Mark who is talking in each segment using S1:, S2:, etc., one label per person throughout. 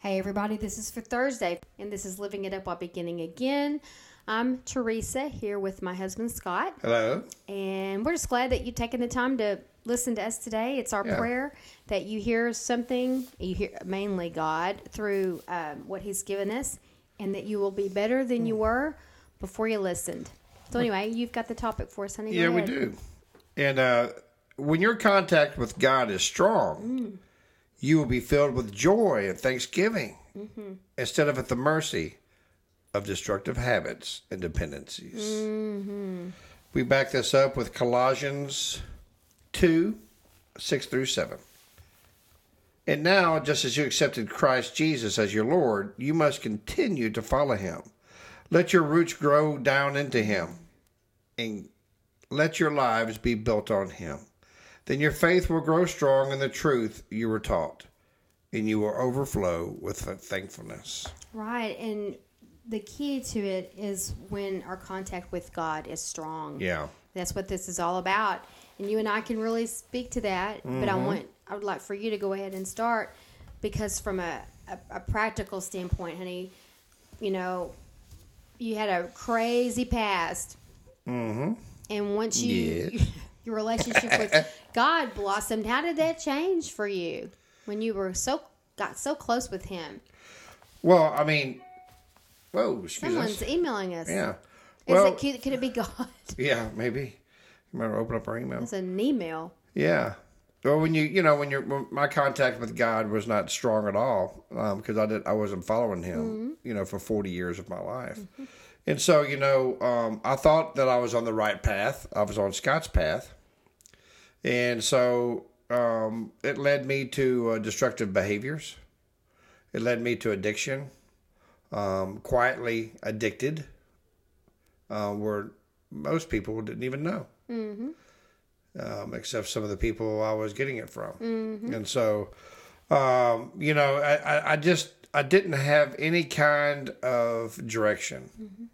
S1: Hey, everybody, this is for Thursday, and this is Living It Up While Beginning Again. I'm Teresa here with my husband Scott,
S2: Hello.
S1: and we're just glad that you've taken the time to listen to us today. It's our
S2: Yeah.
S1: prayer that you hear something, you hear mainly God through um, what He's given us, and that you will be better than
S2: Mm.
S1: you were before you listened. So, anyway, you've got the topic for us, honey. Go
S2: Yeah, we
S1: ahead.
S2: do. And uh, when your contact with God is strong,
S1: Mm.
S2: you will be filled with joy and thanksgiving
S1: Mm-hmm.
S2: instead of at the mercy of destructive habits and dependencies.
S1: Mm-hmm.
S2: We back this up with Colossians 2 6 through 7. And now, just as you accepted Christ Jesus as your Lord, you must continue to follow him. Let your roots grow down into him and let your lives be built on him. Then your faith will grow strong in the truth you were taught, and you will overflow with thankfulness.
S1: Right, and the key to it is when our contact with God is strong.
S2: Yeah.
S1: That's what this is all about. And you and I can really speak to that, but
S2: Mm-hmm.
S1: I want I would like for you to go ahead and start because from a, a, a practical standpoint, honey, you know, you had a crazy past. Mm-hmm. And once you
S2: Yeah.
S1: your relationship with God blossomed, how did that change for you when you were so got so close with him?
S2: Well, I mean, whoa, excuse
S1: Someone's
S2: us.
S1: emailing us.
S2: Yeah.
S1: Is
S2: Well,
S1: it, could, could it be God?
S2: yeah, maybe. You might open up our email.
S1: It's an email.
S2: Yeah. Well, when you you know when you're when my contact with God was not strong at all because I did I wasn't following Him you know for forty years of my life, and so you know um, I thought that I was on the right path. I was on Scott's path, and so um, it led me to uh, destructive behaviors. It led me to addiction, um, quietly addicted, uh, where most people didn't even know um, except some of the people I was getting it from. And so, um, you know, I, I, I just I didn't have any kind of direction.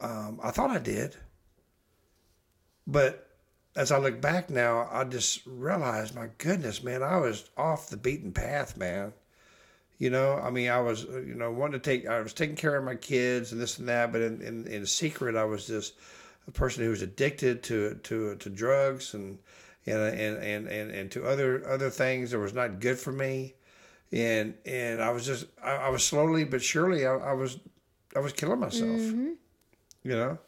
S2: Um, I thought I did, but as I look back now, I just realized, my goodness, man, I was off the beaten path, man. You know, I mean, I was, uh, you know, wanting to take, I was taking care of my kids and this and that, but in, in, in secret, I was just a person who was addicted to to to drugs and and and and and, and to other other things that was not good for me, and and I was just, I, I was slowly but surely, I, I was, I was killing myself. You know,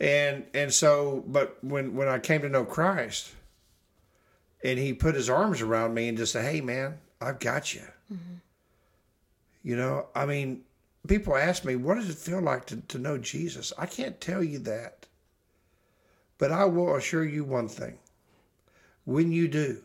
S2: and and so, but when when I came to know Christ, and He put His arms around me and just said, "Hey, man, I've got you." You know, I mean, people ask me, what does it feel like to, to know Jesus? I can't tell you that. But I will assure you one thing when you do,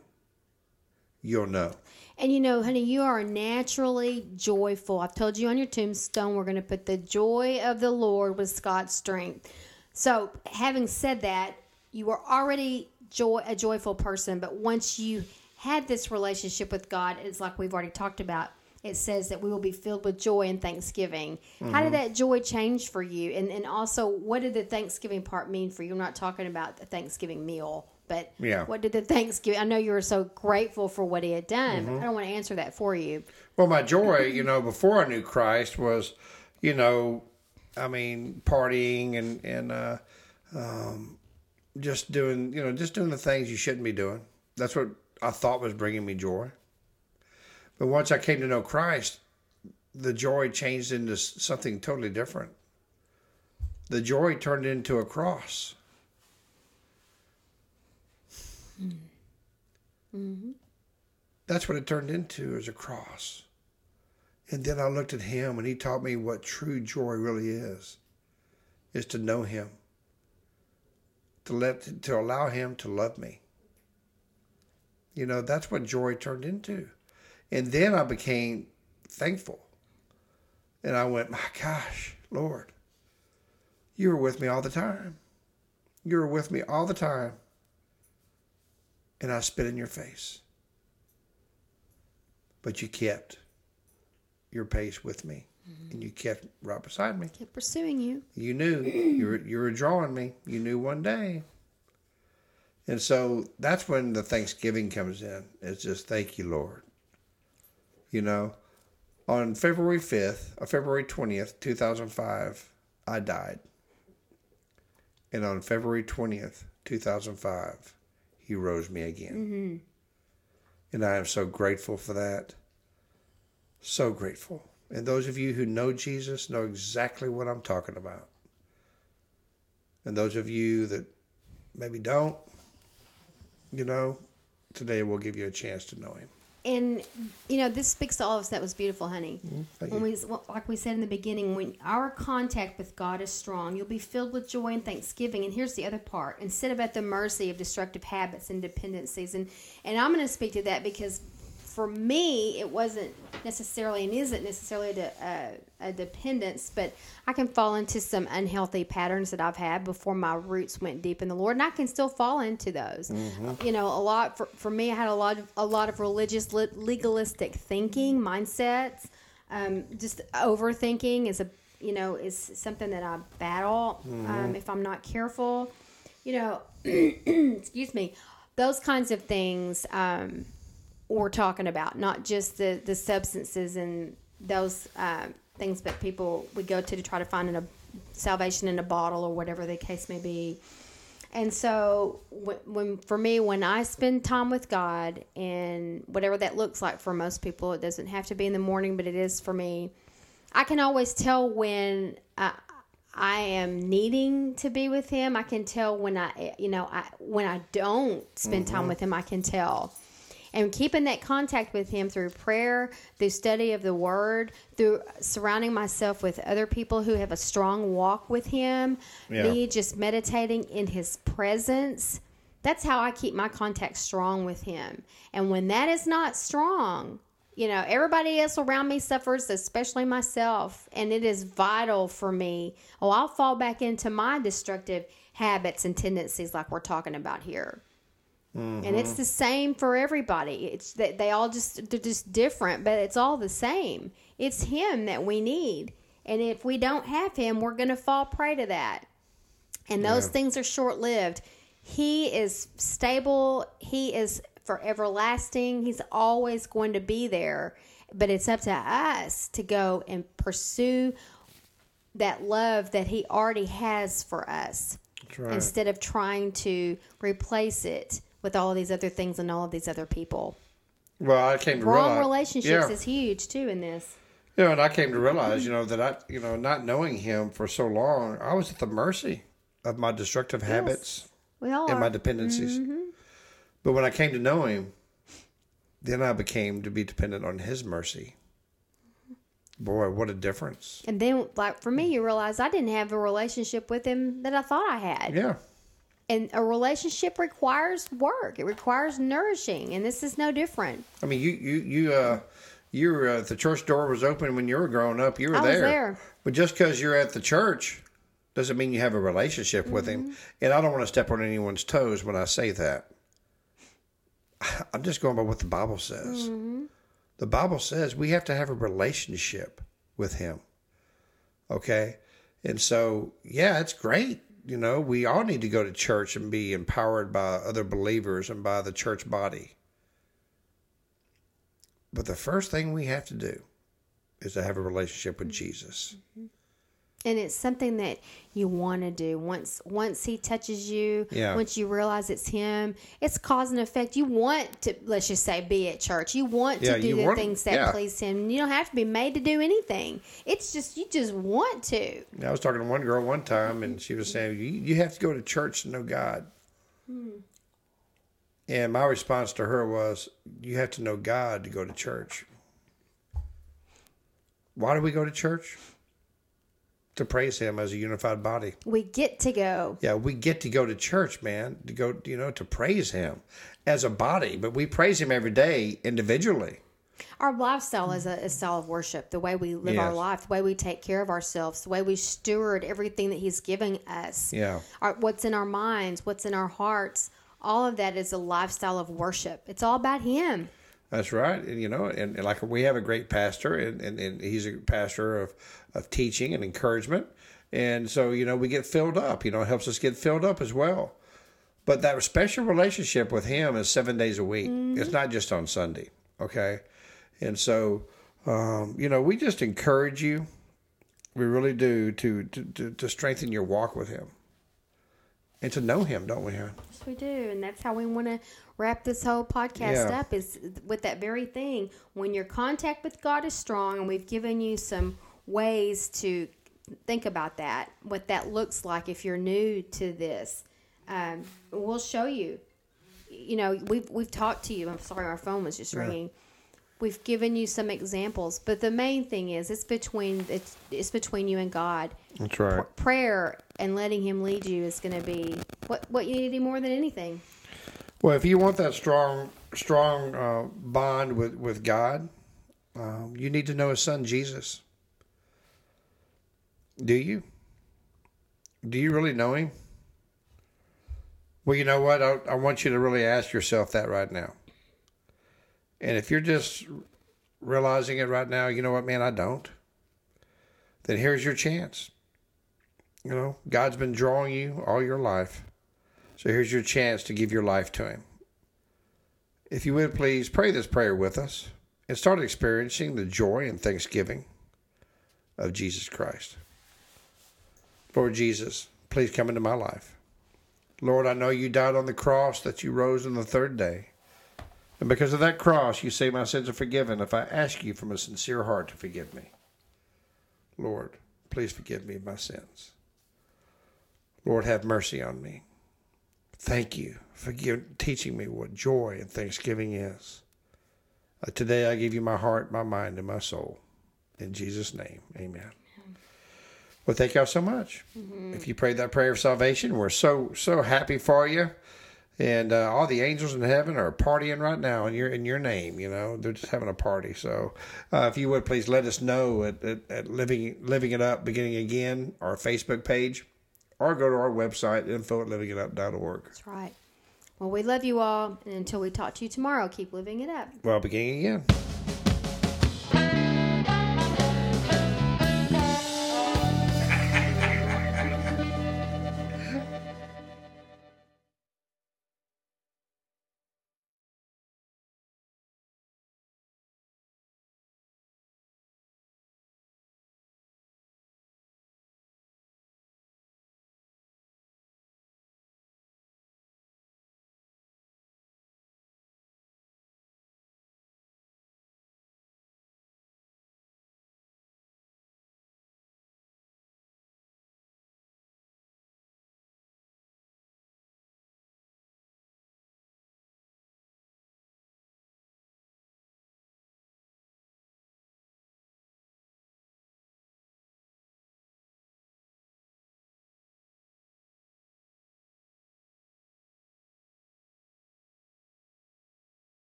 S2: you'll know.
S1: And you know, honey, you are naturally joyful. I've told you on your tombstone, we're going to put the joy of the Lord with Scott's strength. So, having said that, you were already joy a joyful person, but once you had this relationship with God, it's like we've already talked about. It says that we will be filled with joy and thanksgiving. How did that joy change for you? And and also, what did the Thanksgiving part mean for you? We're not talking about the Thanksgiving meal, but
S2: Yeah.
S1: what did the Thanksgiving? I know you were so grateful for what he had done.
S2: Mm-hmm.
S1: but I don't want to answer that for you.
S2: Well, my joy, you know, before I knew Christ was, you know, I mean, partying and, and, uh, um, just doing, you know, just doing the things you shouldn't be doing. That's what I thought was bringing me joy. But once I came to know Christ, the joy changed into s- something totally different. The joy turned into a cross. That's what it turned into is a cross. And then I looked at him and he taught me what true joy really is is to know him. To let to allow him to love me. You know, that's what joy turned into. And then I became thankful. And I went, my gosh, Lord, you were with me all the time. You were with me all the time. And I spit in your face. But you kept your pace with me. And you kept right beside me.
S1: Kept pursuing you.
S2: You knew you were, you were drawing me. You knew one day. And so that's when the Thanksgiving comes in. It's just thank you, Lord. You know, on February 5th, or February 20th, 2005, I died. And on February 20th, 2005, he rose me again. And I am so grateful for that. So grateful. And those of you who know Jesus know exactly what I'm talking about. And those of you that maybe don't, you know, today we'll give you a chance to know him.
S1: And you know, this speaks to all of us. That was beautiful, honey.
S2: Mm-hmm. Thank
S1: When
S2: you.
S1: we, well, like we said in the beginning, when our contact with God is strong, you'll be filled with joy and thanksgiving. And here's the other part: instead of at the mercy of destructive habits and dependencies. And and I'm going to speak to that because for me, it wasn't necessarily and isn't necessarily a, de- a, a dependence, but I can fall into some unhealthy patterns that I've had before my roots went deep in the Lord, and I can still fall into those. You know, a lot for, for me, I had a lot of a lot of religious le- legalistic thinking mindsets um, just overthinking is a you know is something that I battle um, if I'm not careful. You know, excuse me, those kinds of things um, we're talking about, not just the the substances and those um, things that people would go to to try to find an, a salvation in a bottle or whatever the case may be. And so, when, when for me, when I spend time with God, and whatever that looks like for most people, it doesn't have to be in the morning, but it is for me. I can always tell when I, I am needing to be with Him. I can tell when I, eh, you know, I when I don't spend time with Him. I can tell. And keeping that contact with Him through prayer, through study of the Word, through surrounding myself with other people who have a strong walk with Him,
S2: Yeah.
S1: me just meditating in his presence. That's how I keep my contact strong with him. And when that is not strong, you know, everybody else around me suffers, especially myself. And it is vital for me. Oh, I'll fall back into my destructive habits and tendencies, like we're talking about here. And it's the same for everybody. It's that they all just they're just different, but it's all the same. It's him that we need. And if we don't have him, we're going to fall prey to that and those
S2: Yeah.
S1: things are short lived. He is stable. He is for everlasting. He's always going to be there. But it's up to us to go and pursue that love that He already has for us
S2: That's right.
S1: instead of trying to replace it with all these other things and all of these other people.
S2: Well, I came to
S1: Wrong
S2: realize
S1: relationships
S2: yeah.
S1: is Mm-hmm. huge too in this.
S2: You know, and I came to realize, you know, that I, you know, not knowing him for so long, I was at the mercy of my destructive habits
S1: We all
S2: and my
S1: are.
S2: dependencies.
S1: Mm-hmm.
S2: But when I came to know him, then I became to be dependent on his mercy. Boy, what a difference.
S1: and then, like for me, you realize I didn't have a relationship with him that I thought I had.
S2: Yeah.
S1: and a relationship requires work it requires nourishing and this is no different
S2: I mean, you, you, you, uh, you were, uh, the church door was open when you were growing up. You were
S1: I was
S2: there.
S1: there.
S2: But just because you're at the church doesn't mean you have a relationship with him. And I don't want to step on anyone's toes when I say that. I'm just going by what the Bible says. The Bible says we have to have a relationship with him. Okay? And so, yeah, it's great. You know, we all need to go to church and be empowered by other believers and by the church body. But the first thing we have to do is to have a relationship with Jesus.
S1: and it's something that you want to do once once he touches you
S2: Yeah.
S1: once you realize it's him it's cause and effect you want to let's just say be at church you want
S2: Yeah,
S1: to do
S2: you
S1: the
S2: want-
S1: things that
S2: yeah.
S1: please him you don't have to be made to do anything it's just you just want to
S2: I was talking to one girl one time, and she was saying, "You, you have to go to church to know God." And my response to her was, "You have to know God to go to church." Why do we go to church? to praise Him as a unified body.
S1: We get to go.
S2: Yeah, we get to go to church, man, to go, you know, to praise Him as a body, but we praise Him every day individually.
S1: Our lifestyle is a, a style of worship. The way we live our
S2: Yes.
S1: life, the way we take care of ourselves, the way we steward everything that He's giving us.
S2: Yeah.
S1: Our, what's in our minds, what's in our hearts, all of that is a lifestyle of worship. It's all about Him.
S2: That's right, and you know, and, and like we have a great pastor, and, and, and he's a pastor of, of teaching and encouragement, and so you know we get filled up. You know, it helps us get filled up as well. But that special relationship with him is seven days a week. It's not just on Sunday, okay? And so, um, you know, we just encourage you. We really do to to, to, to strengthen your walk with him, and to know him, don't we? Hon?
S1: Yes, we do, and that's how we want to wrap this whole podcast
S2: Yeah.
S1: up is with that very thing. When your contact with God is strong, and we've given you some ways to think about that, what that looks like if you're new to this, um, we'll show you. You know, we've we've talked to you. I'm sorry, our phone was just ringing. We've given you some examples, but the main thing is it's between it's, it's between you and God
S2: That's right.
S1: prayer and letting him lead you is going to be what what you need to do more than anything.
S2: Well, if you want that strong, strong uh, bond with with God, um, you need to know His Son Jesus. Do you? Do you really know Him? Well, you know what? I, I want you to really ask yourself that right now. And if you're just realizing it right now, you know what, man, I don't. Then here's your chance. You know, God's been drawing you all your life. So here's your chance to give your life to Him. If you would please pray this prayer with us and start experiencing the joy and thanksgiving of Jesus Christ. Lord Jesus, please come into my life. Lord, I know you died on the cross, that you rose on the third day. And because of that cross, you say my sins are forgiven if I ask you from a sincere heart to forgive me. Lord, please forgive me of my sins. Lord, have mercy on me. Thank you for give, teaching me what joy and thanksgiving is. Uh, today I give you my heart, my mind, and my soul. In Jesus' name, amen. Well, thank y'all so much. If you prayed that prayer of salvation, we're so so happy for you, and uh, all the angels in heaven are partying right now in your in your name. You know they're just having a party. So, uh, if you would please let us know at, at, at living living it up, beginning again, our Facebook page, or go to our website info at livingitup.org.
S1: That's right. Well, we love you all, and until we talk to you tomorrow, keep living it up.
S2: Well, beginning again.